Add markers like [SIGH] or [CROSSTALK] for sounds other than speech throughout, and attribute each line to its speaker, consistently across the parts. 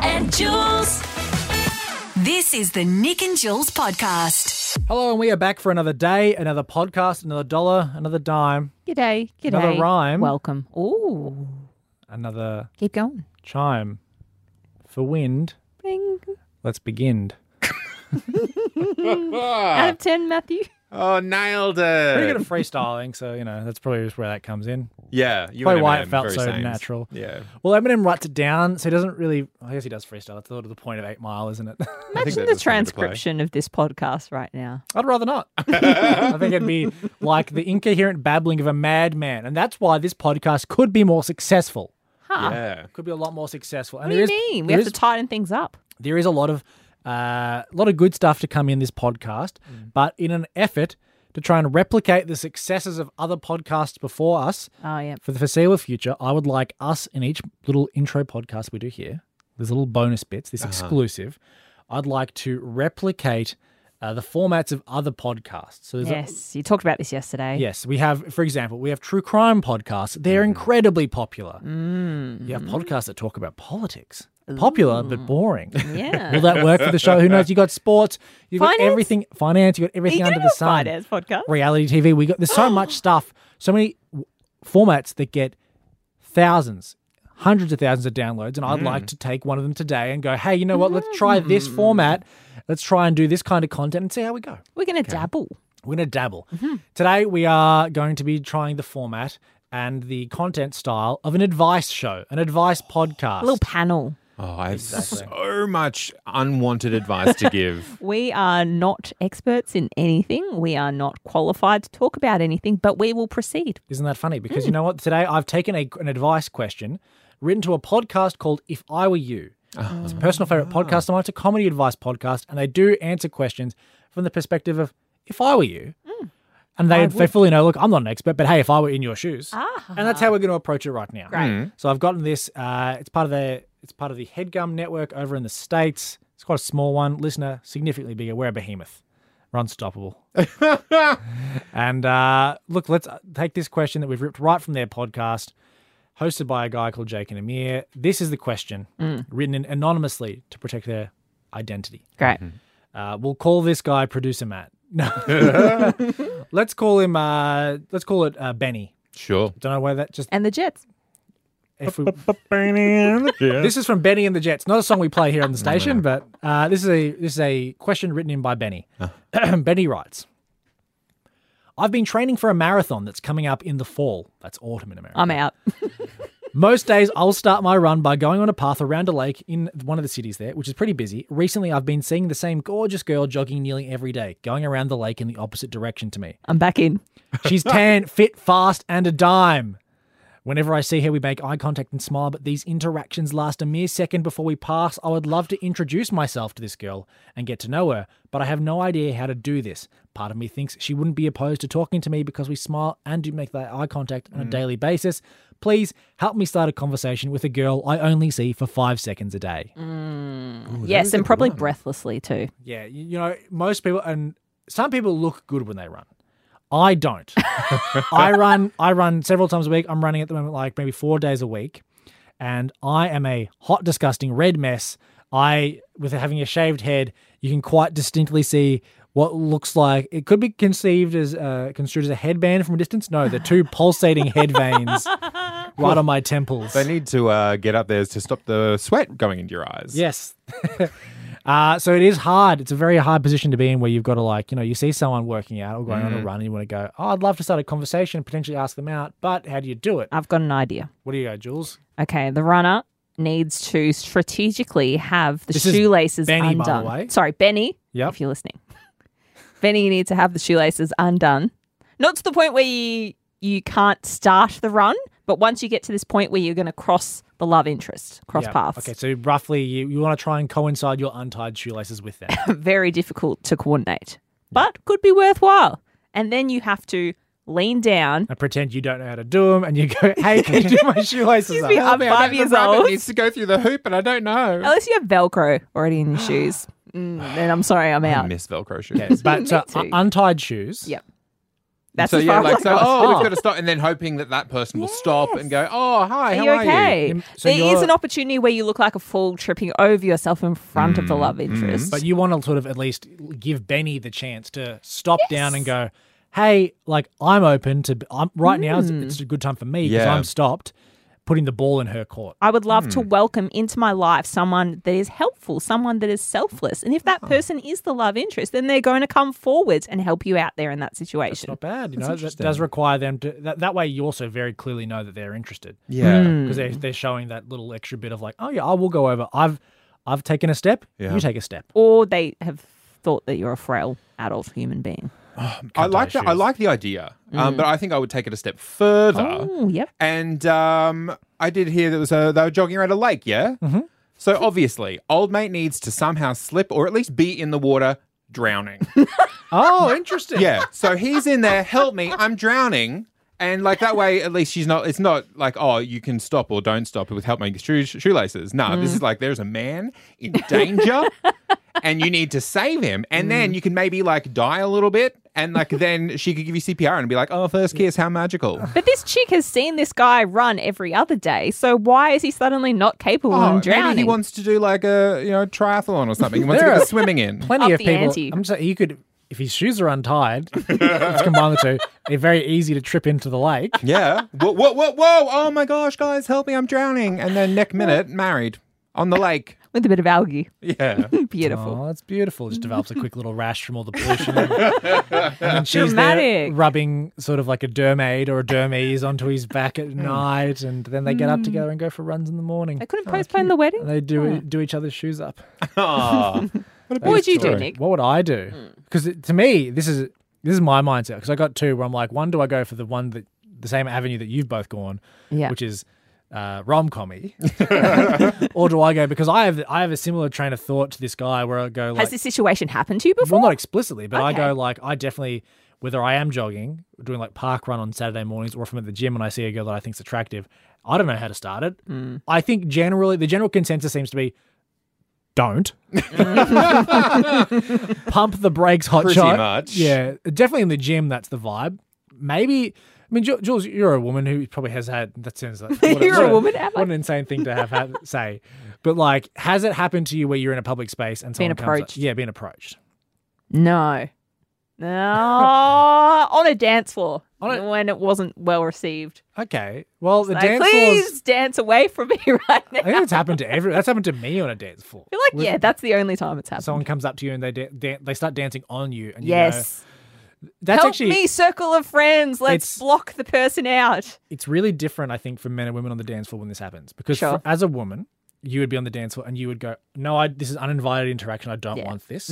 Speaker 1: and Jules. This is the Nick and Jules podcast.
Speaker 2: Hello, and we are back for another day, another podcast, another dollar, another dime,
Speaker 3: G'day, g'day.
Speaker 2: Another rhyme.
Speaker 3: Welcome. Ooh,
Speaker 2: another
Speaker 3: keep going.
Speaker 2: chime for wind.
Speaker 3: Bing.
Speaker 2: Let's begin.
Speaker 3: Out of ten, Matthew.
Speaker 4: Oh, nailed
Speaker 2: Pretty
Speaker 4: it.
Speaker 2: good at [LAUGHS] freestyling, so you know that's probably just where that comes in.
Speaker 4: yeah, you
Speaker 2: Probably
Speaker 4: and
Speaker 2: why
Speaker 4: Eminem,
Speaker 2: it felt
Speaker 4: very
Speaker 2: so
Speaker 4: same.
Speaker 2: natural.
Speaker 4: Yeah.
Speaker 2: Well, Eminem writes it down, so he doesn't really. I guess he does freestyle. That's sort of the point of Eight Mile, isn't it? [LAUGHS]
Speaker 4: think
Speaker 3: Imagine
Speaker 4: that
Speaker 3: the
Speaker 4: does come into play.
Speaker 3: transcription of this podcast right now.
Speaker 2: I'd rather not. [LAUGHS] I think it'd be like the incoherent babbling of a madman, and that's why this podcast could be more successful.
Speaker 3: Huh?
Speaker 4: Yeah.
Speaker 2: Could be a lot more successful. And
Speaker 3: What do
Speaker 2: there
Speaker 3: you
Speaker 2: is-
Speaker 3: mean? We
Speaker 2: there
Speaker 3: have
Speaker 2: is-
Speaker 3: to tighten things up.
Speaker 2: there is a lot of uh, a lot of good stuff to come in this podcast, but in an effort to try and replicate the successes of other podcasts before us
Speaker 3: Oh yeah.
Speaker 2: for the foreseeable future, I would like us in each little intro podcast we do here, there's little bonus bits, this exclusive. I'd like to replicate uh, the formats of other podcasts. So there's a-
Speaker 3: Yes, you talked about this yesterday.
Speaker 2: Yes, we have, for example, we have true crime podcasts. They're incredibly popular. You have podcasts that talk about politics. Popular, but boring. [LAUGHS]
Speaker 3: Yeah.
Speaker 2: Will that work for the show? Who knows? You got sports, you got
Speaker 3: Finance?
Speaker 2: everything, finance, you got everything
Speaker 3: you
Speaker 2: under
Speaker 3: gonna
Speaker 2: the
Speaker 3: do a
Speaker 2: sun.
Speaker 3: finance podcast?
Speaker 2: Reality TV. We got
Speaker 3: [GASPS]
Speaker 2: there's so much stuff, so many w- formats that get thousands, hundreds of thousands of downloads, and I'd like to take one of them today and go, hey, you know what? Let's try this format. Let's try and do this kind of content and see how we go.
Speaker 3: We're gonna dabble.
Speaker 2: We're going to dabble.
Speaker 3: Mm-hmm.
Speaker 2: Today, we are going to be trying the format and the content style of an advice show, an advice podcast.
Speaker 3: A little panel.
Speaker 4: Oh, I have so much unwanted advice
Speaker 2: [LAUGHS]
Speaker 4: to give.
Speaker 3: We are not experts in anything. We are not qualified to talk about anything, but we will proceed.
Speaker 2: Isn't that funny? Because you know what? Today, I've taken a, an advice question written to a podcast called If I Were You. It's a personal favorite podcast. I It's a comedy advice podcast, and they do answer questions from the perspective of if I were you. And they, they fully know, look, I'm not an expert, but hey, if I were in your shoes. And that's how we're going to approach it right now.
Speaker 3: Great.
Speaker 2: So I've gotten this. Uh, it's part of the it's part of the Headgum network over in the states. It's quite a small one. Listener, significantly bigger. We're a behemoth. We're unstoppable. and uh, look, let's uh, take this question that we've ripped right from their podcast, hosted by a guy called Jake and Amir. This is the question, written in anonymously to protect their identity.
Speaker 3: Great.
Speaker 2: Uh, we'll call this guy producer Matt. [LAUGHS] No, let's call him. Uh, let's call it uh, Benny.
Speaker 4: Sure.
Speaker 2: Don't know why that just
Speaker 3: And the Jets.
Speaker 2: if we, This is from Benny and the Jets. Not a song we play here on the station, but uh, this is a this is a question written in by Benny. [CLEARS THROAT] Benny writes, "I've been training for a marathon that's coming up in the fall. That's autumn in America.
Speaker 3: I'm out.
Speaker 2: Most days, I'll start my run by going on a path around a lake in one of the cities there, which is pretty busy. Recently, I've been seeing the same gorgeous girl jogging nearly every day, going around the lake in the opposite direction to me.
Speaker 3: I'm back in.
Speaker 2: She's tan, fit, fast, and a dime. Whenever I see her, we make eye contact and smile, but these interactions last a mere second before we pass. I would love to introduce myself to this girl and get to know her, but I have no idea how to do this. Part of me thinks she wouldn't be opposed to talking to me because we smile and do make that eye contact on a daily basis. Please help me start a conversation with a girl I only see for five seconds a day. Oh,
Speaker 3: yes, and probably breathlessly too.
Speaker 2: Yeah, y- you know, most people and some people look good when they run. I don't. I run I run several times a week. I'm running at the moment like maybe 4 days a week and I am a hot disgusting red mess. I with having a shaved head, you can quite distinctly see what looks like it could be conceived as uh, construed as a headband from a distance. No, they're two pulsating head veins right on my temples.
Speaker 4: They need to uh, get up there to stop the sweat going into your eyes.
Speaker 2: Yes. [LAUGHS] uh, so it is hard. It's a very hard position to be in where you've got to like, you know, you see someone working out or going on a
Speaker 3: Mm-hmm.
Speaker 2: run and you want to go, oh, I'd love to start a conversation and potentially ask them out, but how do you do it?
Speaker 3: I've got an idea.
Speaker 2: What do you go, Jules?
Speaker 3: Okay, the runner needs to strategically have the
Speaker 2: This is
Speaker 3: shoelaces
Speaker 2: Benny, by the
Speaker 3: undone.
Speaker 2: way.
Speaker 3: Sorry, Benny,
Speaker 2: Yep.
Speaker 3: if you're listening. [LAUGHS] Benny, you need to have the shoelaces undone. Not to the point where you you can't start the run, but once you get to this point where you're going to cross the love interest, cross
Speaker 2: Yeah.
Speaker 3: paths.
Speaker 2: Okay, so roughly you, you want to try and coincide your untied shoelaces with them.
Speaker 3: [LAUGHS] Very difficult to coordinate, but could be worthwhile. And then you have to lean down.
Speaker 2: and pretend you don't know how to do them and you go, [LAUGHS] hey, can you do
Speaker 3: [LAUGHS]
Speaker 2: my shoelaces
Speaker 3: me,
Speaker 2: up?
Speaker 3: I'm
Speaker 4: I mean, I
Speaker 3: five
Speaker 4: don't-
Speaker 3: years
Speaker 4: the rabbit
Speaker 3: old. Oh,
Speaker 4: needs to go through the hoop, and I don't know.
Speaker 3: Unless you have Velcro already in your shoes, mm, then I'm sorry, I'm
Speaker 4: I
Speaker 3: out. [LAUGHS]
Speaker 4: miss Velcro shoes.
Speaker 2: But so,
Speaker 3: Me too.
Speaker 2: untied shoes.
Speaker 3: Yep. That's
Speaker 4: so
Speaker 3: as
Speaker 4: yeah,
Speaker 3: far
Speaker 4: like
Speaker 3: as I
Speaker 4: so.
Speaker 3: got.
Speaker 4: Oh, we've got to stop, and then hoping that that person will stop and go, "Oh, hi,
Speaker 3: Are
Speaker 4: how
Speaker 3: you
Speaker 4: Are you?
Speaker 3: okay?
Speaker 2: Him- so
Speaker 3: there is
Speaker 2: you're-
Speaker 3: an opportunity where you look like a fool tripping over yourself in front of the love interest.
Speaker 2: But you want to sort of at least give Benny the chance to stop down and go, hey, like I'm open to, I'm, right now it's, it's a good time for me because
Speaker 4: Yeah.
Speaker 2: I'm stopped putting the ball in her court.
Speaker 3: I would love to welcome into my life someone that is helpful, someone that is selfless. And if that person is the love interest, then they're going to come forwards and help you out there in that situation.
Speaker 2: Not bad, you know, that does require them to, that, that way you also very clearly know that they're interested.
Speaker 4: Yeah,
Speaker 2: Because they're, they're showing that little extra bit of like, oh yeah, I will go over. I've, I've taken a step.
Speaker 4: Yeah.
Speaker 2: You take a step.
Speaker 3: or they have thought that you're a frail adult human being.
Speaker 4: I like that. I
Speaker 2: issues.
Speaker 4: like the idea,
Speaker 3: Mm.
Speaker 4: um, but I think I would take it a step further.
Speaker 3: Oh, yep.
Speaker 4: And um, I did hear that was a, they were jogging around a lake, yeah? Mm-hmm. So obviously, old mate needs to somehow slip or at least be in the water drowning.
Speaker 2: [LAUGHS] Oh, interesting.
Speaker 4: yeah. So he's in there, help me, I'm drowning. And like that way, at least she's not, it's not like, oh, you can stop or don't stop with help make shoe, shoelaces. No, this is like there's a man in danger and you need to save him. And then you can maybe like die a little bit. And like then she could give you CPR and be like, oh, first kiss, how magical.
Speaker 3: But this chick has seen this guy run every other day, so why is he suddenly not capable
Speaker 4: Oh,
Speaker 3: of drowning?
Speaker 4: Maybe he wants to do like a you know triathlon or something. He wants to
Speaker 2: There
Speaker 4: go
Speaker 2: are-
Speaker 4: [LAUGHS] swimming in.
Speaker 2: plenty
Speaker 3: Up
Speaker 2: of
Speaker 3: the
Speaker 2: people.
Speaker 3: ante.
Speaker 2: I'm saying you could, if his shoes are untied, [LAUGHS] let's combine the two. They're very easy to trip into the lake.
Speaker 4: Yeah. Whoa, whoa, whoa, whoa! Oh my gosh, guys, help me! I'm drowning. And then next minute, married on the lake.
Speaker 3: With a bit of algae.
Speaker 4: [LAUGHS] Yeah.
Speaker 3: Beautiful.
Speaker 2: Oh, that's beautiful. Just develops a quick little rash from all
Speaker 3: [LAUGHS]
Speaker 2: the pollution. and then she's
Speaker 3: Dramatic.
Speaker 2: there rubbing sort of like a dermaid or a dermies onto his back
Speaker 3: Mm.
Speaker 2: at night, and then they get up together and go for runs in the morning.
Speaker 3: They couldn't postpone the wedding?
Speaker 2: And oh, they do do each other's shoes up.
Speaker 4: Aw.
Speaker 3: What would you do,
Speaker 4: story.
Speaker 3: Nick?
Speaker 2: What would I do?
Speaker 3: Mm.
Speaker 2: Because to me, this is this is my mindset. Because I got two where I'm like, one, do I go for the one that the same avenue that you've both gone,
Speaker 3: Yeah.
Speaker 2: which is uh, rom commy, [LAUGHS] or do I go because I have I have a similar train of thought to this guy where I go like,
Speaker 3: Has this situation happened to you before?
Speaker 2: well, not explicitly, but I
Speaker 3: Okay.
Speaker 2: go like, I definitely whether I am jogging, doing like park run on Saturday mornings, or if I'm at the gym and I see a girl that I think's attractive, I don't know how to start it.
Speaker 3: Mm.
Speaker 2: I think generally the general consensus seems to be. Don't
Speaker 3: [LAUGHS]
Speaker 2: pump the brakes, hot
Speaker 4: Pretty
Speaker 2: shot.
Speaker 4: much.
Speaker 2: Yeah, definitely in the gym. That's the vibe. Maybe I mean, Ju- Jules, you're a woman who probably has had that
Speaker 3: [LAUGHS]
Speaker 2: sounds like what
Speaker 3: You're a woman, am I?
Speaker 2: What an insane thing to have had, say. But like, has it happened to you where you're in a public space and
Speaker 3: Been
Speaker 2: someone comes up-
Speaker 3: approached.
Speaker 2: yeah, being approached.
Speaker 3: No. No. on a dance floor
Speaker 2: On a-
Speaker 3: when it wasn't well received.
Speaker 2: Okay. Well, the
Speaker 3: Like,
Speaker 2: dance
Speaker 3: please
Speaker 2: floors.
Speaker 3: dance away from me [LAUGHS] right now.
Speaker 2: I think it's happened to every. That's happened to me on a dance floor.
Speaker 3: I feel like, yeah, that's the only time it's happened.
Speaker 2: Someone comes up to you and they da- dan- they start dancing on you. And you go-
Speaker 3: yes.
Speaker 2: that's
Speaker 3: Help
Speaker 2: actually
Speaker 3: me, circle of friends. Let's
Speaker 2: It's-
Speaker 3: block the person out.
Speaker 2: it's really different. I think for men and women on the dance floor when this happens because
Speaker 3: Sure.
Speaker 2: for- as a woman you would be on the dance floor and you would go, no, I this is uninvited interaction. I don't
Speaker 3: Yeah. Mm-hmm.
Speaker 2: want this.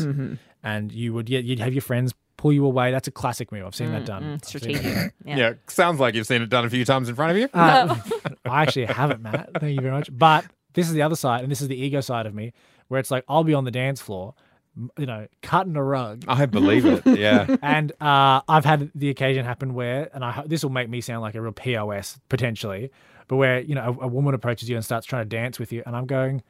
Speaker 2: And you would yeah, you'd have your friends pull you away. That's a classic move. I've seen that done. I've seen that done.
Speaker 3: Mm-hmm.
Speaker 2: [LAUGHS]
Speaker 3: Strategic. Yeah.
Speaker 4: Yeah. Sounds like you've seen it done a few times in front of you.
Speaker 2: Uh, [LAUGHS] I actually haven't, Matt. Thank you very much. But this is the other side, and this is the ego side of me, where it's like I'll be on the dance floor, m- you know, cutting a
Speaker 4: [LAUGHS]
Speaker 2: rug.
Speaker 4: I believe it. Yeah.
Speaker 2: And uh, I've had the occasion happen where, and I, ho- this will make me sound like a real POS potentially, but where you know a, a woman approaches you and starts trying to dance with you, and I'm going,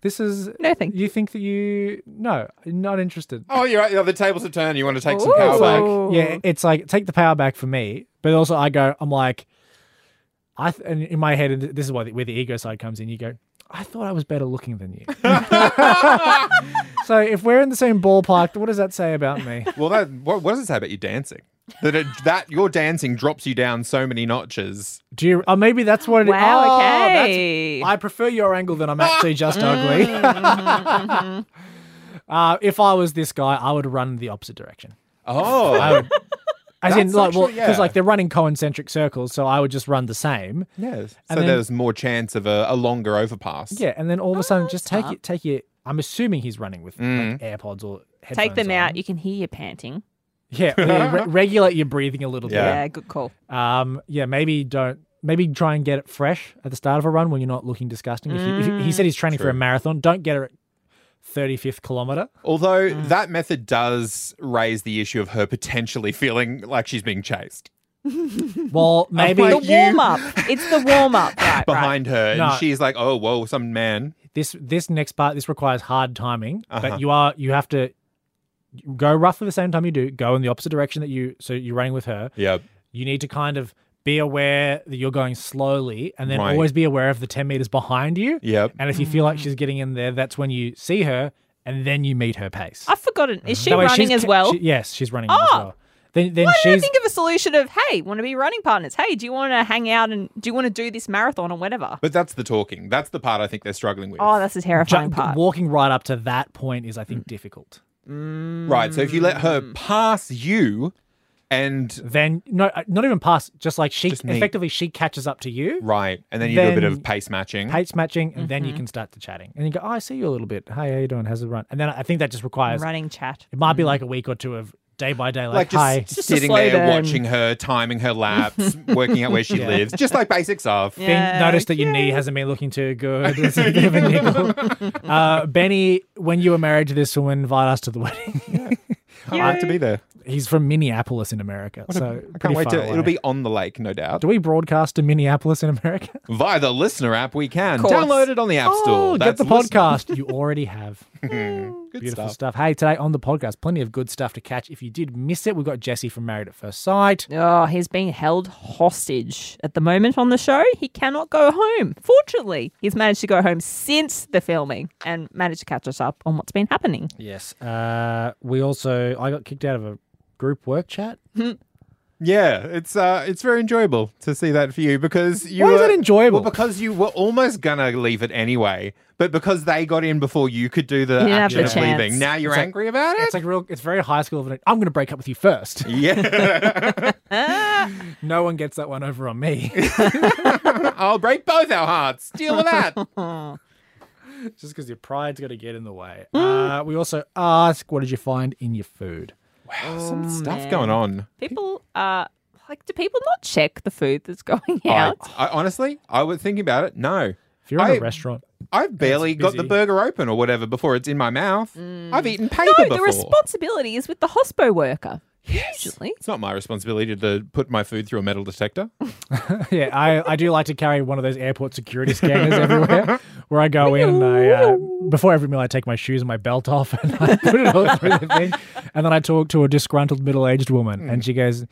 Speaker 2: "This is
Speaker 3: No, thank
Speaker 2: you think that you no, not interested."
Speaker 4: Oh, you're right. The other tables have turned. You want to take some
Speaker 3: Ooh.
Speaker 4: power back.
Speaker 2: like yeah it's like take the power back for me but also i go i'm like i th- and in my head and this is why the, where the ego side comes in you go i thought i was better looking than you so if we're in the same ballpark what does that say about me
Speaker 4: Well, that what, what does it say about you dancing? That it, that your dancing drops you down so many notches.
Speaker 2: do you oh maybe that's what it is.
Speaker 3: Wow,
Speaker 2: Oh, that's-
Speaker 3: okay.
Speaker 2: i prefer your angle than i'm actually just ugly [LAUGHS] uh, if i was this guy i would run the opposite direction
Speaker 4: Oh,
Speaker 2: i would As in,
Speaker 4: That's
Speaker 2: like, well,
Speaker 4: actually- yeah.
Speaker 2: because like they're running concentric circles, so I would just run the same,
Speaker 4: [LAUGHS] yes. So
Speaker 2: And then-
Speaker 4: there's more chance of a, a longer overpass.
Speaker 2: Yeah, and then all of a
Speaker 3: Oh,
Speaker 2: sudden, just take it. Take your. I'm assuming he's running with like, AirPods or headphones.
Speaker 3: Take them out.
Speaker 2: on.
Speaker 3: You can hear you panting.
Speaker 2: Yeah, yeah,
Speaker 3: [LAUGHS]
Speaker 2: re- regulate your breathing a little
Speaker 3: Yeah,
Speaker 4: Yeah.
Speaker 3: good call.
Speaker 2: bit. Um, yeah, maybe don't. Maybe try and get it fresh at the start of a run when you're not looking disgusting. If you, if you- he said he's training for a
Speaker 4: True.
Speaker 2: marathon. Don't get her at 35th kilometer.
Speaker 4: Although
Speaker 2: Mm.
Speaker 4: that method does raise the issue of her potentially feeling like she's being chased
Speaker 3: [LAUGHS] Oh
Speaker 2: Well, maybe
Speaker 4: my
Speaker 3: The
Speaker 4: You-
Speaker 3: warm up. It's the warm up. Right, right.
Speaker 4: behind her, and
Speaker 2: No.
Speaker 4: she's like, "Oh, whoa, some man."
Speaker 2: this this next part this requires hard timing, but you are you have to go roughly the same time you do, go in the opposite direction that you so you're running with her.
Speaker 4: Yeah.
Speaker 2: You need to kind of be aware that you're going slowly and then
Speaker 4: Right.
Speaker 2: always be aware of the 10 meters behind you.
Speaker 4: Yep.
Speaker 2: And if you feel
Speaker 3: Mm.
Speaker 2: like she's getting in there, that's when you see her and then you meet her pace.
Speaker 3: I've forgotten. Is she
Speaker 2: That way
Speaker 3: running
Speaker 2: she's
Speaker 3: as
Speaker 2: ca-
Speaker 3: well? Oh!
Speaker 2: she- yes, she's running as well. Then then
Speaker 3: Why didn't I
Speaker 2: she's
Speaker 3: think of a solution of, hey, want to be running partners? Hey, do you want to hang out and do you want to do this marathon or whatever?
Speaker 4: But that's the talking. That's the part I think they're struggling with.
Speaker 3: Oh, that's a terrifying
Speaker 2: ju-
Speaker 3: part.
Speaker 2: walking right up to that point is I
Speaker 4: Mm.
Speaker 2: think difficult.
Speaker 4: right. So if you let her
Speaker 2: Mm.
Speaker 4: pass you and
Speaker 2: Then no uh, not even past just like she
Speaker 4: Just meet.
Speaker 2: effectively she catches up to you.
Speaker 4: right, and then you do a bit
Speaker 2: Then-
Speaker 4: of pace matching.
Speaker 2: Pace matching, and then you
Speaker 3: Mm-hmm.
Speaker 2: can start to chatting. And you go, oh, I see you a little bit. Hey, how you doing? How's it run? And then I think that just requires
Speaker 3: Running chat.
Speaker 2: It might be like a week or two of day by day, like,
Speaker 4: Mm. like just
Speaker 2: hi.
Speaker 4: s-
Speaker 3: Just a
Speaker 4: sitting
Speaker 3: slow
Speaker 4: there
Speaker 3: burn.
Speaker 4: watching her, timing her
Speaker 2: [LAUGHS]
Speaker 4: laps, working out where she lives, just like basics of.
Speaker 2: Think,
Speaker 3: Yeah,
Speaker 4: Uh,
Speaker 2: notice that your knee hasn't been looking too
Speaker 4: [LAUGHS]
Speaker 2: good. It's a bit of a niggle. Uh, Benny, when you were married to this woman, invite us to the wedding. [LAUGHS]
Speaker 4: I have to be there.
Speaker 2: He's from Minneapolis in America, so
Speaker 4: I
Speaker 2: pretty
Speaker 4: can't wait
Speaker 2: far
Speaker 4: to.
Speaker 2: away.
Speaker 4: It'll be on the lake, no doubt.
Speaker 2: Do we broadcast to Minneapolis in America?
Speaker 4: Via the listener app, we can
Speaker 3: course.
Speaker 4: download it on the [LAUGHS] app store.
Speaker 2: Oh, get
Speaker 4: That's
Speaker 2: the
Speaker 4: Listener.
Speaker 2: podcast.
Speaker 4: [LAUGHS]
Speaker 2: You already have.
Speaker 4: Good
Speaker 2: Beautiful
Speaker 4: stuff.
Speaker 2: stuff. Hey, today on the podcast, plenty of good stuff to catch. If you did miss it, we've got Jesse from Married at First Sight.
Speaker 3: Oh, he's being held hostage at the moment on the show. He cannot go home. Fortunately, he's managed to go home since the filming and managed to catch us up on what's been happening.
Speaker 2: Yes. Uh, we also, I got kicked out of a group work chat.
Speaker 4: Yeah, it's uh, it's very enjoyable to see that for you because you
Speaker 2: Why
Speaker 4: were,
Speaker 2: is it enjoyable?
Speaker 4: Well, because you were almost gonna leave it anyway, but because they got in before you could do the
Speaker 3: didn't have
Speaker 4: action
Speaker 3: the
Speaker 4: of
Speaker 3: chance.
Speaker 4: leaving, now you're
Speaker 2: It's like-
Speaker 4: angry about it.
Speaker 2: It's like real. It's very high school of an. I'm going to break up with you first.
Speaker 4: [LAUGHS] yeah,
Speaker 2: [LAUGHS] No one gets that one over on me.
Speaker 4: I'll break both our hearts. Deal with that.
Speaker 2: Just because your pride's got to get in the way. Uh, we also ask, what did you find in your food?
Speaker 4: Some stuff
Speaker 3: man.
Speaker 4: going on.
Speaker 3: People are like, do people not check the food that's [LAUGHS] going out?
Speaker 4: I, I honestly, I was thinking about it. No,
Speaker 2: If you're in
Speaker 4: I-
Speaker 2: a restaurant, [LAUGHS]
Speaker 4: I've barely got the
Speaker 2: busy.
Speaker 4: burger open or whatever before it's in my mouth. I've eaten paper
Speaker 3: no,
Speaker 4: before.
Speaker 3: the responsibility is with the hospo worker. Usually.
Speaker 4: it's not my responsibility to put my food through a metal detector.
Speaker 2: yeah, I, I do like to carry one of those airport security scanners everywhere, where I go in and I uh, before every meal I take my shoes and my belt off [LAUGHS] and I put it all through the thing, and then I talk to a disgruntled middle-aged woman, and she goes.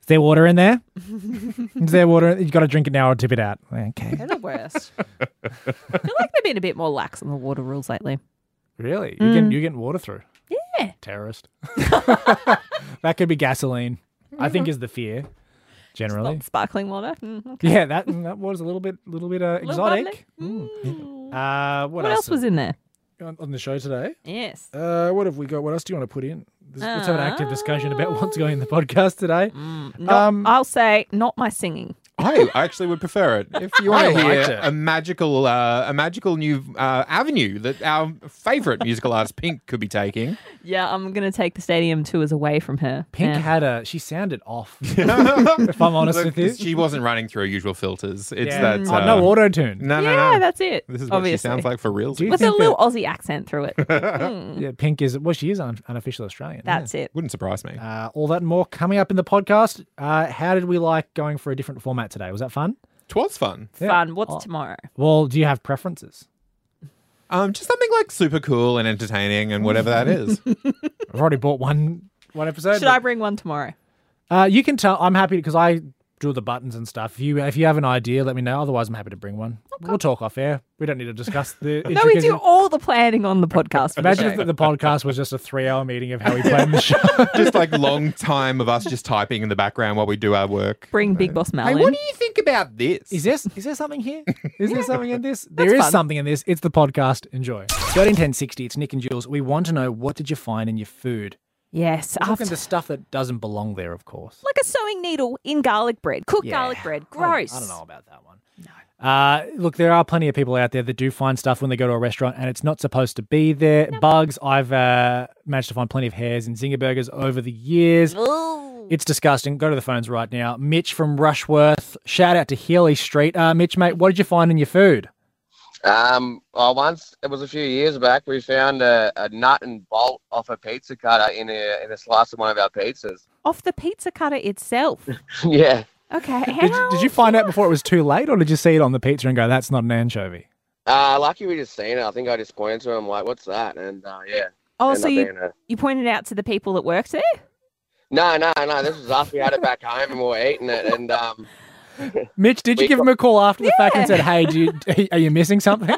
Speaker 2: Is there water in there? Is there water? You've got to drink it now or tip it out. Okay.
Speaker 3: They're the
Speaker 4: [LAUGHS]
Speaker 3: worst. I feel like they've been a bit more lax on the water rules lately.
Speaker 2: Really? You're,
Speaker 3: Mm.
Speaker 2: getting, you're getting water through? Yeah.
Speaker 3: [LAUGHS]
Speaker 2: Terrorist. [LAUGHS] that could be gasoline, I think is the fear, generally.
Speaker 3: Not sparkling water. Mm, okay.
Speaker 2: Yeah, that, that was a little bit little bit uh, exotic.
Speaker 3: bubbly. Mm.
Speaker 2: Uh, what,
Speaker 3: What else was in there?
Speaker 2: on, on the show today?
Speaker 3: Yes.
Speaker 2: Uh, what have we got? What else do you want to put in? This- Let's
Speaker 3: Uh,
Speaker 2: have an active discussion about what's going in the podcast today.
Speaker 3: Mm. Not-
Speaker 2: Um,
Speaker 3: I'll say not my singing.
Speaker 4: I actually would prefer it. If you want to hear
Speaker 2: liked it.
Speaker 4: a magical, uh, a magical new uh, avenue that our favourite musical artist Pink could be taking,
Speaker 2: [LAUGHS]
Speaker 3: Yeah, I'm gonna take the stadium tours away from her.
Speaker 2: Pink
Speaker 3: Yeah.
Speaker 2: had a. She sounded off.
Speaker 4: [LAUGHS]
Speaker 2: if I'm honest with you,
Speaker 4: she wasn't running through her usual filters. It's
Speaker 2: Yeah.
Speaker 4: that
Speaker 2: Oh,
Speaker 4: uh,
Speaker 2: no auto tune.
Speaker 4: no, no,
Speaker 3: yeah,
Speaker 4: no.
Speaker 3: that's it.
Speaker 4: This is what
Speaker 3: obviously.
Speaker 4: she sounds like for real.
Speaker 2: Do you
Speaker 3: With a
Speaker 2: think
Speaker 3: little Aussie accent through
Speaker 4: [LAUGHS]
Speaker 3: it. Mm.
Speaker 2: Yeah, Pink is. Well, she is un- unofficial Australian. yeah.
Speaker 3: That's it.
Speaker 4: Wouldn't surprise me.
Speaker 2: Uh, all that and more coming up in the podcast. Uh, how did we like going for a different format today? Was that fun?
Speaker 4: Twas fun.
Speaker 2: Yeah.
Speaker 3: Fun. What's
Speaker 2: Oh.
Speaker 3: tomorrow?
Speaker 2: Well, do you have preferences?
Speaker 4: Um, just something like super cool and entertaining and whatever
Speaker 2: [LAUGHS]
Speaker 4: that is.
Speaker 2: I've already bought one one episode.
Speaker 3: Should I bring one tomorrow?
Speaker 2: I? Uh, you can tell. I'm happy because I draw the buttons and stuff. If you if you have an idea, let me know. Otherwise, I'm happy to bring one. We'll talk off air. We don't need to discuss the.
Speaker 3: [LAUGHS] No, we
Speaker 2: intricacies.
Speaker 3: do all the planning on the podcast. for the
Speaker 2: Imagine
Speaker 3: show.
Speaker 2: if the, the podcast was just a three-hour meeting of how we plan the show.
Speaker 3: [LAUGHS]
Speaker 4: just like long time of us just typing in the background while we do our work.
Speaker 3: bring Big Boss
Speaker 4: Hey,
Speaker 3: Mal
Speaker 4: what
Speaker 3: in.
Speaker 4: do you think about this?
Speaker 2: Is this is there something here? Is there something in this? There is
Speaker 3: fun.
Speaker 2: something in this. It's the podcast. Enjoy. Thirteen ten sixty. It's Nick and Jules. We want to know what did you find in your food.
Speaker 3: Yes,
Speaker 2: Talking
Speaker 3: after
Speaker 2: to stuff that doesn't belong there, of course.
Speaker 3: like a sewing needle in garlic bread, cooked garlic bread. Gross.
Speaker 2: I don't, know about that one. Uh, look, there are plenty of people out there that do find stuff when they go to a restaurant and it's not supposed to be there. Bugs, I've uh, managed to find plenty of hairs in Zinger burgers over the years. It's disgusting. Go to the phones right now. Mitch from Rushworth. Shout out to Healy Street. Uh, Mitch, mate, what did you find in your food?
Speaker 5: Um, well, once it was a few years back, we found a, a nut and bolt off a pizza cutter in a in a slice of one of our pizzas. [LAUGHS]
Speaker 3: Off the pizza cutter
Speaker 4: [LAUGHS]
Speaker 3: itself.
Speaker 5: yeah.
Speaker 3: Okay.
Speaker 2: Did you, did you find out before it was too late or did you see it on the pizza and go, that's not an anchovy?
Speaker 5: Uh, lucky we just seen it. I think I just pointed to him like, "What's that?" And uh, yeah,
Speaker 3: Oh,
Speaker 5: end
Speaker 3: so
Speaker 5: up
Speaker 3: you,
Speaker 5: being a-
Speaker 3: you pointed out to the people that worked there?
Speaker 5: No, no, no. This was after we had it back home and we were eating it. And um,
Speaker 2: Mitch, did you
Speaker 5: We
Speaker 2: give
Speaker 5: got-
Speaker 2: him a call after the fact and
Speaker 3: Yeah.
Speaker 2: said, "Hey, do you, [LAUGHS] are you missing something?"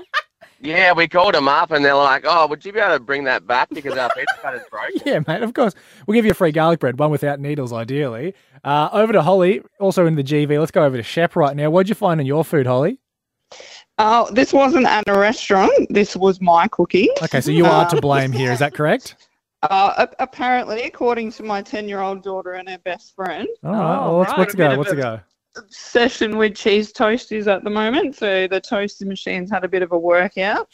Speaker 5: yeah, we called them up and they're like, "Oh, would you be able to bring that back because our pizza cutter's broken?"
Speaker 2: [LAUGHS] yeah, mate. Of course, we'll give you a free garlic bread, one without needles, ideally. Uh, over to Holly, also in the GV. Let's go over to Shep right now. What'd you find in your food, Holly?
Speaker 6: Oh, this wasn't at a restaurant. This was my cooking.
Speaker 2: Okay, so you are to blame here. Is that [LAUGHS] correct?
Speaker 6: Uh, a- apparently, according to my 10 year old daughter and her best friend,
Speaker 2: All right.
Speaker 3: Oh,
Speaker 2: well, let's,
Speaker 3: right.
Speaker 2: what's a
Speaker 6: A bit
Speaker 2: go?
Speaker 6: of
Speaker 2: What's a
Speaker 6: a-
Speaker 2: go?
Speaker 6: obsession with cheese toasties at the moment. So the toasting machines had a bit of a workout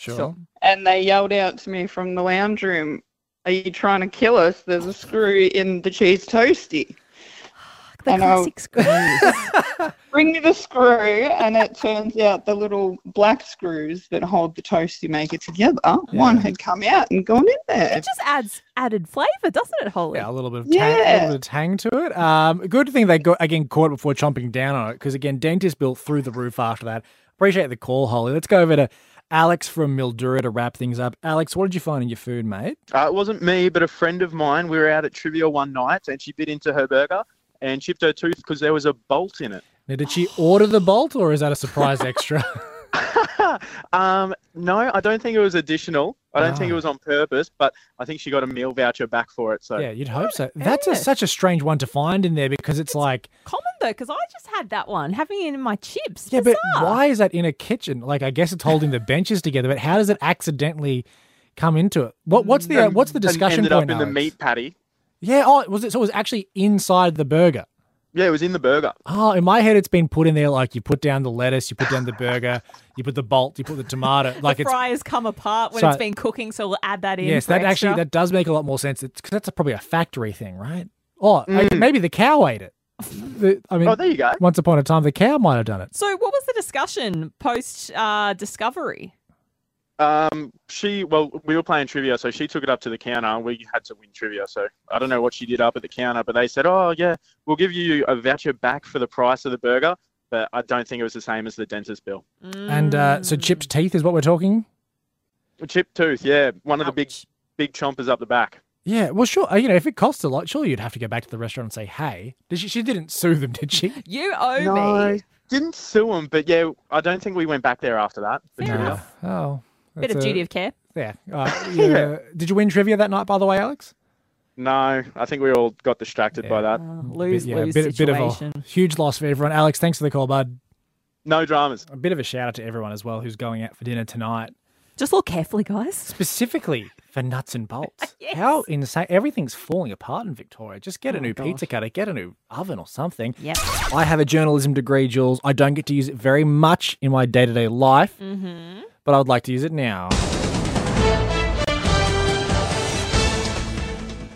Speaker 6: and they yelled out to me from the lounge room, Are you trying to kill us? There's a screw in the cheese toasty.
Speaker 3: The
Speaker 6: I know.
Speaker 3: classic
Speaker 4: [LAUGHS]
Speaker 3: screws.
Speaker 6: Bring me the screw, and it turns out the little black screws that hold the toasty maker together, one had come out and gone in
Speaker 3: [LAUGHS]
Speaker 6: there.
Speaker 3: it just adds added flavour, doesn't it, Holly?
Speaker 2: Yeah, a little bit of tang, a little
Speaker 6: Yeah.
Speaker 2: bit of tang to it. Um, good thing they got again caught before chomping down on it because again, dentist built through the roof after that. Appreciate the call, Holly. Let's go over to Alex from Mildura to wrap things up. Alex, what did you find in your food, mate?
Speaker 7: Uh, it wasn't me, but a friend of mine. We were out at trivia one night, and she bit into her burger and chipped her tooth because there was a bolt in it. [LAUGHS]
Speaker 2: Now, did she order the bolt or is that a [LAUGHS] surprise extra?
Speaker 7: um, no, I don't think it was additional. I don't think
Speaker 2: Ah.
Speaker 7: it was on purpose, but I think she got a meal voucher back for it. So
Speaker 2: yeah, you'd hope so. That's
Speaker 3: Yeah.
Speaker 2: a, such a strange one to find in there because it's like,
Speaker 3: Common though, because I just had that one, having it in my chips.
Speaker 2: yeah, but
Speaker 3: Bizarre.
Speaker 2: why is that in a kitchen? Like, I guess it's holding the benches together, but how does it accidentally come into it? What, what's the uh,
Speaker 7: And-
Speaker 2: what's the
Speaker 7: and
Speaker 2: discussion
Speaker 7: ended
Speaker 2: point?
Speaker 7: up in the
Speaker 2: Alex?
Speaker 7: meat patty.
Speaker 2: Yeah. Oh, was it? So it was actually inside the burger.
Speaker 7: Yeah, it was in the burger.
Speaker 2: Oh, in my head, it's been put in there like you put down the lettuce, you put down the burger, you put the bolt, you put the
Speaker 7: [LAUGHS]
Speaker 2: tomato. Like
Speaker 3: the
Speaker 2: it's
Speaker 3: fries come apart when
Speaker 2: So-
Speaker 3: it's been cooking, so we'll add that in.
Speaker 2: yes,
Speaker 3: for
Speaker 2: that
Speaker 3: extra.
Speaker 2: actually that does make a lot more sense. It's because that's probably a factory thing, right? Oh, like, maybe the cow ate it. The- I mean,
Speaker 7: Mm. Oh, there you go.
Speaker 2: once upon a time, the cow might have done it.
Speaker 3: So, what was the discussion post uh, discovery?
Speaker 7: Um, she well, we were playing trivia, so she took it up to the counter. and We had to win trivia, so I don't know what she did up at the counter, but they said, "Oh yeah, we'll give you a voucher back for the price of the burger." But I don't think it was the same as the dentist bill.
Speaker 2: And uh, so
Speaker 3: Mm.
Speaker 2: chipped teeth is what we're talking.
Speaker 7: Chip tooth, yeah, one of the big
Speaker 3: Ouch.
Speaker 7: big chompers up the back.
Speaker 2: Yeah, well, sure. uh, You know, if it costs a lot, surely you'd have to go back to the restaurant and say, "Hey," did she, she didn't sue them,
Speaker 3: [LAUGHS]
Speaker 2: did she?
Speaker 3: You owe me.
Speaker 7: didn't sue him, but yeah, I don't think we went back there after that. for
Speaker 3: Fair
Speaker 7: trivia.
Speaker 3: enough.
Speaker 2: Oh,
Speaker 3: Bit of
Speaker 2: that's a-
Speaker 3: duty of care.
Speaker 2: Yeah.
Speaker 3: [LAUGHS]
Speaker 2: Uh, yeah. Did you win trivia that night, by the way, Alex?
Speaker 7: No, I think we all got distracted by that.
Speaker 3: Uh, lose
Speaker 2: Mm, bit, yeah,
Speaker 3: lose
Speaker 2: bit, bit of
Speaker 3: situation.
Speaker 2: a huge loss for everyone. Alex, thanks for the call, bud.
Speaker 7: No dramas.
Speaker 2: A bit of a shout out to everyone as well who's going out for dinner tonight,
Speaker 3: Just look carefully, guys.
Speaker 2: specifically for nuts and bolts.
Speaker 3: [LAUGHS] Yes. Oh,
Speaker 2: How insane! Everything's falling apart in Victoria. Just get a new
Speaker 3: gosh.
Speaker 2: pizza cutter, get a new oven or something.
Speaker 3: Yep.
Speaker 2: I have a journalism degree, Jules. I don't get to use it very much in my day to day life,
Speaker 3: Mm-hmm.
Speaker 2: but I would like to use it now.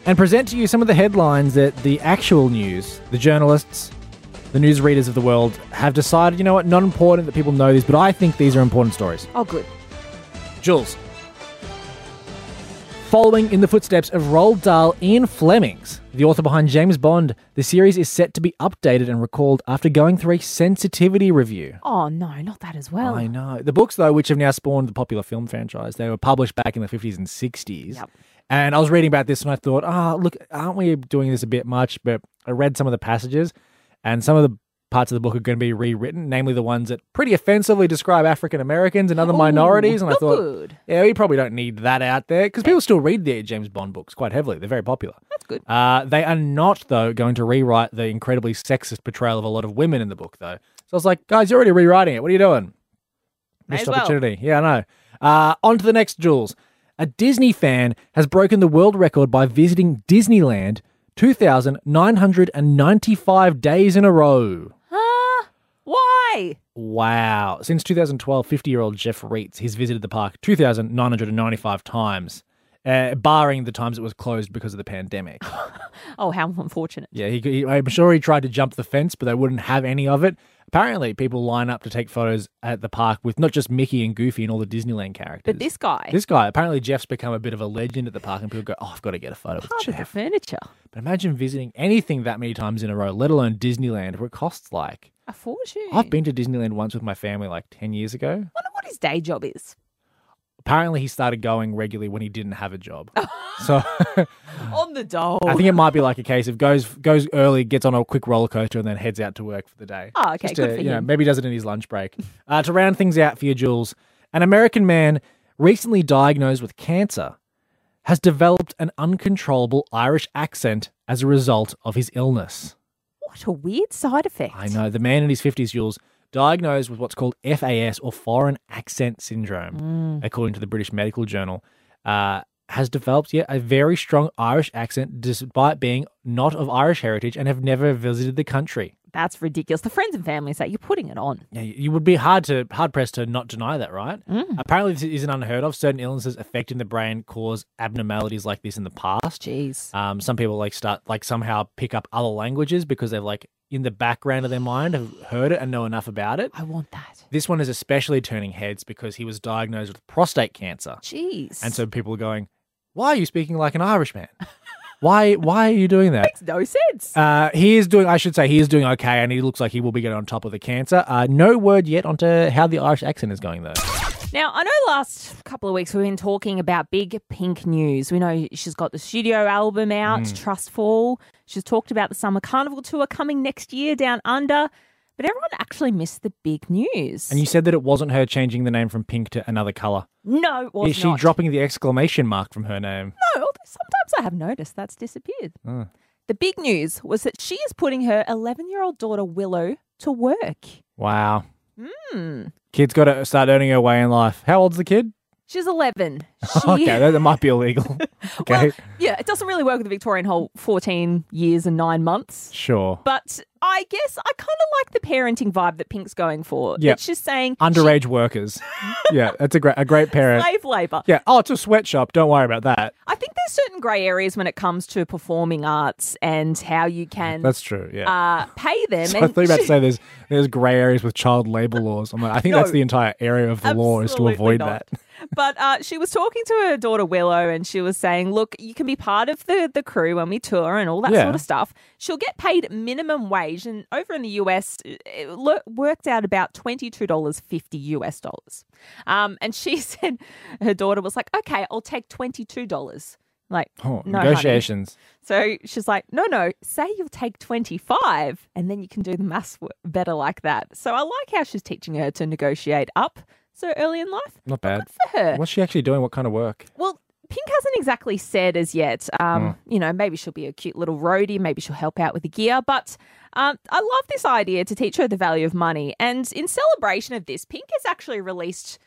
Speaker 2: And present to you some of the headlines that the actual news, the journalists, the news readers of the world have decided, you know what, not important that people know these, but I think these are important stories.
Speaker 3: Oh, good.
Speaker 2: Jules. Following in the footsteps of Roald Dahl, Ian Flemings, the author behind James Bond, the series is set to be updated and recalled after going through a sensitivity review.
Speaker 3: Oh no, not that as well.
Speaker 2: I know. The books, though, which have now spawned the popular film franchise, they were published back in the 50s and 60s.
Speaker 3: Yep.
Speaker 2: And I was reading about this and I thought, ah, look, aren't we doing this a bit much? But I read some of the passages and some of the parts of the book are going to be rewritten, namely the ones that pretty offensively describe African Americans and other
Speaker 3: Ooh,
Speaker 2: minorities. And I thought,
Speaker 3: good.
Speaker 2: yeah, we probably don't need that out there because people still read their James Bond books quite heavily. They're very popular.
Speaker 3: that's good.
Speaker 2: Uh, they are not, though, going to rewrite the incredibly sexist portrayal of a lot of women in the book, though. So I was like, guys, you're already rewriting it. What are you doing?
Speaker 3: May
Speaker 2: Missed
Speaker 3: as well.
Speaker 2: opportunity. Yeah, I know. Uh, on to the next, Jules. A Disney fan has broken the world record by visiting Disneyland 2,995 days in a row.
Speaker 3: Huh? Why?
Speaker 2: Wow. Since 2012, 50 year old Jeff Reitz has visited the park 2,995 times, uh, barring the times it was closed because of
Speaker 3: [LAUGHS]
Speaker 2: the pandemic.
Speaker 3: Oh, how unfortunate.
Speaker 2: yeah, he, he, I'm sure he tried to jump the fence, but they wouldn't have any of it. Apparently, people line up to take photos at the park with not just Mickey and Goofy and all the Disneyland characters.
Speaker 3: But this guy,
Speaker 2: This guy, apparently Jeff's become a bit of a legend at the park, and people go, "Oh, I've got to get a photo with
Speaker 3: part of the
Speaker 2: Jeff."
Speaker 3: furniture,
Speaker 2: But imagine visiting anything that many times in a row, let alone Disneyland, where it costs like
Speaker 3: a fortune.
Speaker 2: I've been to Disneyland once with my family like ten years ago. [SIGHS]
Speaker 3: Wonder what his day job is.
Speaker 2: Apparently, he started going regularly when he didn't have
Speaker 3: [LAUGHS]
Speaker 2: a job. so
Speaker 3: On the dole.
Speaker 2: I think it might be like a case of goes goes early, gets on a quick roller coaster, and then heads out to work for the day.
Speaker 3: Oh, okay,
Speaker 2: Just uh,
Speaker 3: good
Speaker 2: to,
Speaker 3: for
Speaker 2: you know,
Speaker 3: him.
Speaker 2: maybe does it in his lunch break. Uh, to round things out for you, Jules, an American man recently diagnosed with cancer has developed an uncontrollable Irish accent as a result of his illness.
Speaker 3: What a weird side effect.
Speaker 2: I know the man in his fifties, Jules, diagnosed with what's called FAS or foreign accent syndrome,
Speaker 3: Mm,
Speaker 2: according to the British Medical Journal. Uh, has developed yet a very strong Irish accent despite being not of Irish heritage and have never visited the country.
Speaker 3: That's ridiculous. The friends and family say you're putting it on.
Speaker 2: Yeah, you you would be hard to hard pressed to not deny that, right?
Speaker 3: Mm,
Speaker 2: Apparently, this isn't unheard of. Certain illnesses affecting the brain cause abnormalities like this in the past.
Speaker 3: Jeez.
Speaker 2: Um, some people like start like somehow pick up other languages because they've like in the background of their mind have heard it and know enough about it.
Speaker 3: I want that.
Speaker 2: This one is especially turning heads because he was diagnosed with prostate cancer,
Speaker 3: Jeez.
Speaker 2: and so people are going, "Why are you speaking like an Irishman? Why why are you doing that?"
Speaker 3: makes no sense.
Speaker 2: Uh, he is doing. I should say he is doing okay, and he looks like he will be getting on top of the cancer. Uh, no word yet onto how the Irish accent is going though.
Speaker 3: Now, I know last couple of weeks we've been talking about big pink news. We know she's got the studio album out,
Speaker 2: Mm.
Speaker 3: Trustful. She's talked about the summer carnival tour coming next year down under. But everyone actually missed the big news.
Speaker 2: And you said that it wasn't her changing the name from pink to another color.
Speaker 3: no, it was
Speaker 2: Is she
Speaker 3: not.
Speaker 2: dropping the exclamation mark from her name?
Speaker 3: No, although sometimes I have noticed that's disappeared.
Speaker 2: Oh.
Speaker 3: The big news was that she is putting her 11 year old daughter Willow to work.
Speaker 2: Wow.
Speaker 3: Hmm.
Speaker 2: Kid's got to start earning her way in life. How old's the kid?
Speaker 3: She's 11. She,
Speaker 2: [LAUGHS] okay, that, that might
Speaker 3: [LAUGHS]
Speaker 2: be illegal. okay,
Speaker 3: Well, yeah, it doesn't really work with the Victorian whole 14 years and nine months.
Speaker 2: sure.
Speaker 3: But I guess I kind of like the parenting vibe that Pink's going for.
Speaker 2: Yeah.
Speaker 3: It's just saying
Speaker 2: Underage workers.
Speaker 3: [LAUGHS]
Speaker 2: yeah, that's a great a great parent.
Speaker 3: slave labor.
Speaker 2: Yeah. Oh, it's a sweatshop. Don't worry about that.
Speaker 3: I think there's certain grey areas when it comes to performing arts and how you can
Speaker 2: That's true. Yeah.
Speaker 3: uh, pay them.
Speaker 2: [LAUGHS] So I
Speaker 3: Mm. and
Speaker 2: thought you were about
Speaker 3: she-
Speaker 2: to say there's there's grey areas with child labour laws. I'm like, I think
Speaker 3: [LAUGHS]
Speaker 2: that's
Speaker 3: No.
Speaker 2: the entire area of the law is to
Speaker 3: Absolutely
Speaker 2: avoid
Speaker 3: not.
Speaker 2: that. [LAUGHS]
Speaker 3: But uh, she was talking to her daughter Willow, and she was saying, "Look, you can be part of the the crew when we tour and all that
Speaker 2: Yeah.
Speaker 3: sort of stuff. She'll get paid minimum wage, and over in the US, it- it lo- worked out about twenty two dollars fifty US dollars. Um, and she [LAUGHS] said her daughter was like, "Okay, I'll take twenty two dollars." Like
Speaker 2: Oh,
Speaker 3: no, honey.
Speaker 2: negotiations.
Speaker 3: So she's like, no, no, say you'll take 25 and then you can do the maths w- better like that. So I like how she's teaching her to negotiate up so early in life
Speaker 2: Not bad.
Speaker 3: for her.
Speaker 2: What's she actually doing? What kind of work? [LAUGHS]
Speaker 3: Well, Pink hasn't exactly said as yet. Um, You know, maybe she'll be a cute little roadie. Maybe she'll help out with the gear. But um, I love this idea to teach her the value of money. And in celebration of this, Pink has actually released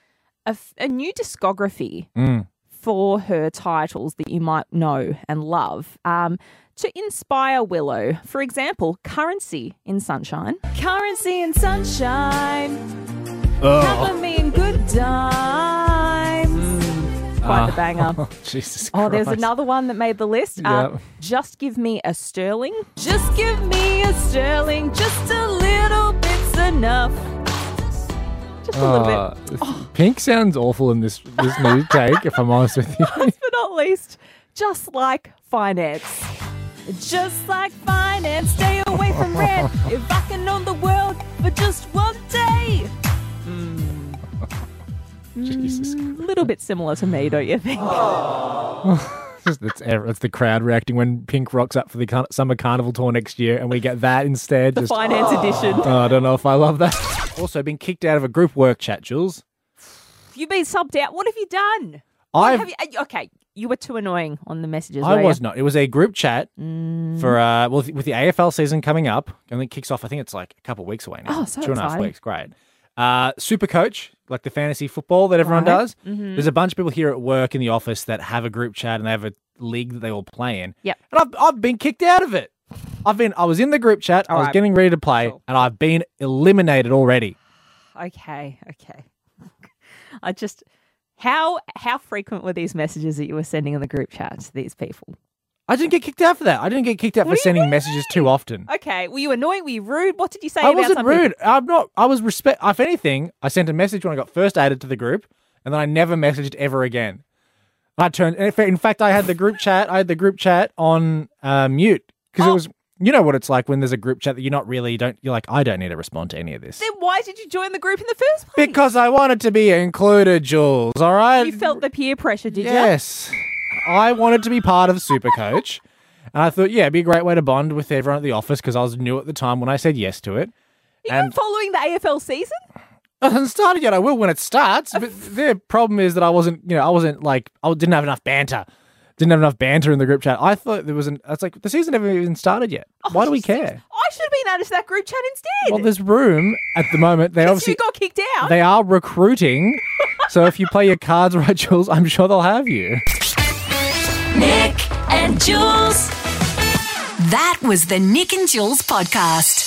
Speaker 3: a, f- a new discography
Speaker 2: Mm.
Speaker 3: for her titles that you might know and love um, to inspire Willow. For example, Currency in Sunshine. Currency in Sunshine. Cover me in good times. Quite the
Speaker 2: [LAUGHS]
Speaker 3: banger.
Speaker 2: Jesus.
Speaker 3: Oh, there's
Speaker 2: Ah. Christ.
Speaker 3: another one that made the list.
Speaker 2: Yeah.
Speaker 3: Uh, just give me a sterling. Just give me a sterling. Just a little bit's enough. Just a little bit. Oh.
Speaker 2: Uh, Pink sounds awful in this this
Speaker 3: [LAUGHS]
Speaker 2: new take. If I'm honest with you, [LAUGHS]
Speaker 3: Last but not least, just like finance. Just like finance, stay away from
Speaker 2: [LAUGHS]
Speaker 3: rent. If I can own the world for just one day.
Speaker 2: [LAUGHS] Jesus.
Speaker 3: A Mm, little bit similar to me, don't you think?
Speaker 2: Just- It's, ev- it's the crowd reacting when Pink rocks up for the car- summer carnival tour next year, and we get that instead.
Speaker 3: the
Speaker 2: Just, [SIGHS]
Speaker 3: finance edition.
Speaker 2: oh, I don't know if I love that. Also, been kicked out of a group work chat, Jules.
Speaker 3: You've been subbed out. What have you done?
Speaker 2: I've
Speaker 3: Have you, uh, okay, you were too annoying on the messages.
Speaker 2: I
Speaker 3: were
Speaker 2: was
Speaker 3: You?
Speaker 2: not. It was a group chat
Speaker 3: Mm.
Speaker 2: for uh, well, with the AFL season coming up, and it kicks off. I think it's like a couple of weeks away now.
Speaker 3: Oh, so
Speaker 2: Two and a half
Speaker 3: exciting.
Speaker 2: weeks. Great. Uh, Super Coach, like the fantasy football that everyone
Speaker 3: Right. Mm-hmm.
Speaker 2: does. There's a bunch of people here at work in the office that have a group chat and they have a league that they all play in.
Speaker 3: Yep.
Speaker 2: And I've I've been kicked out of it. I've been I was in the group chat. I was
Speaker 3: Alright.
Speaker 2: getting ready to play,
Speaker 3: Cool.
Speaker 2: and I've been eliminated already.
Speaker 3: Okay, okay. [LAUGHS] I just how how frequent were these messages that you were sending in the group chat to these people?
Speaker 2: I didn't get kicked out for that. I didn't get kicked out
Speaker 3: What
Speaker 2: for
Speaker 3: do you
Speaker 2: sending messages too often.
Speaker 3: Okay, were you annoying? Were you rude? What did you say?
Speaker 2: I
Speaker 3: about
Speaker 2: wasn't
Speaker 3: something?
Speaker 2: rude. I'm not. I was respect. If anything, I sent a message when I got first added to the group, and then I never messaged ever again. I turned. In fa- in fact, I had the group chat. I had the group chat on uh, mute because
Speaker 3: Oh.
Speaker 2: it was You know what it's like when there's a group chat that you're not really don't you're like I don't need to respond to any of this
Speaker 3: Then why did you join the group in the first place?
Speaker 2: because I wanted to be included, Jules. All right.
Speaker 3: you felt the peer pressure, did you?
Speaker 2: yes, I wanted to be part of Supercoach, and I thought yeah, it'd be a great way to bond with everyone at the office because I was new at the time when I said yes to it.
Speaker 3: You've been
Speaker 2: And-
Speaker 3: following the AFL season?
Speaker 2: [LAUGHS] It hasn't started yet. I will when it starts. But their problem is that I wasn't, you know, I wasn't like, I didn't have enough banter. Didn't have enough banter in the group chat. I thought there was an, it's like, the season never even started yet.
Speaker 3: Oh,
Speaker 2: Why do we care?
Speaker 3: I should have been added to that group chat instead.
Speaker 2: Well, there's room at the
Speaker 3: [LAUGHS]
Speaker 2: moment. They
Speaker 3: Because
Speaker 2: obviously,
Speaker 3: you got kicked out.
Speaker 2: they are recruiting. so if you play your cards [LAUGHS] right, Jules, I'm sure they'll have you.
Speaker 1: Nick and Jules. That was the Nick and Jules podcast.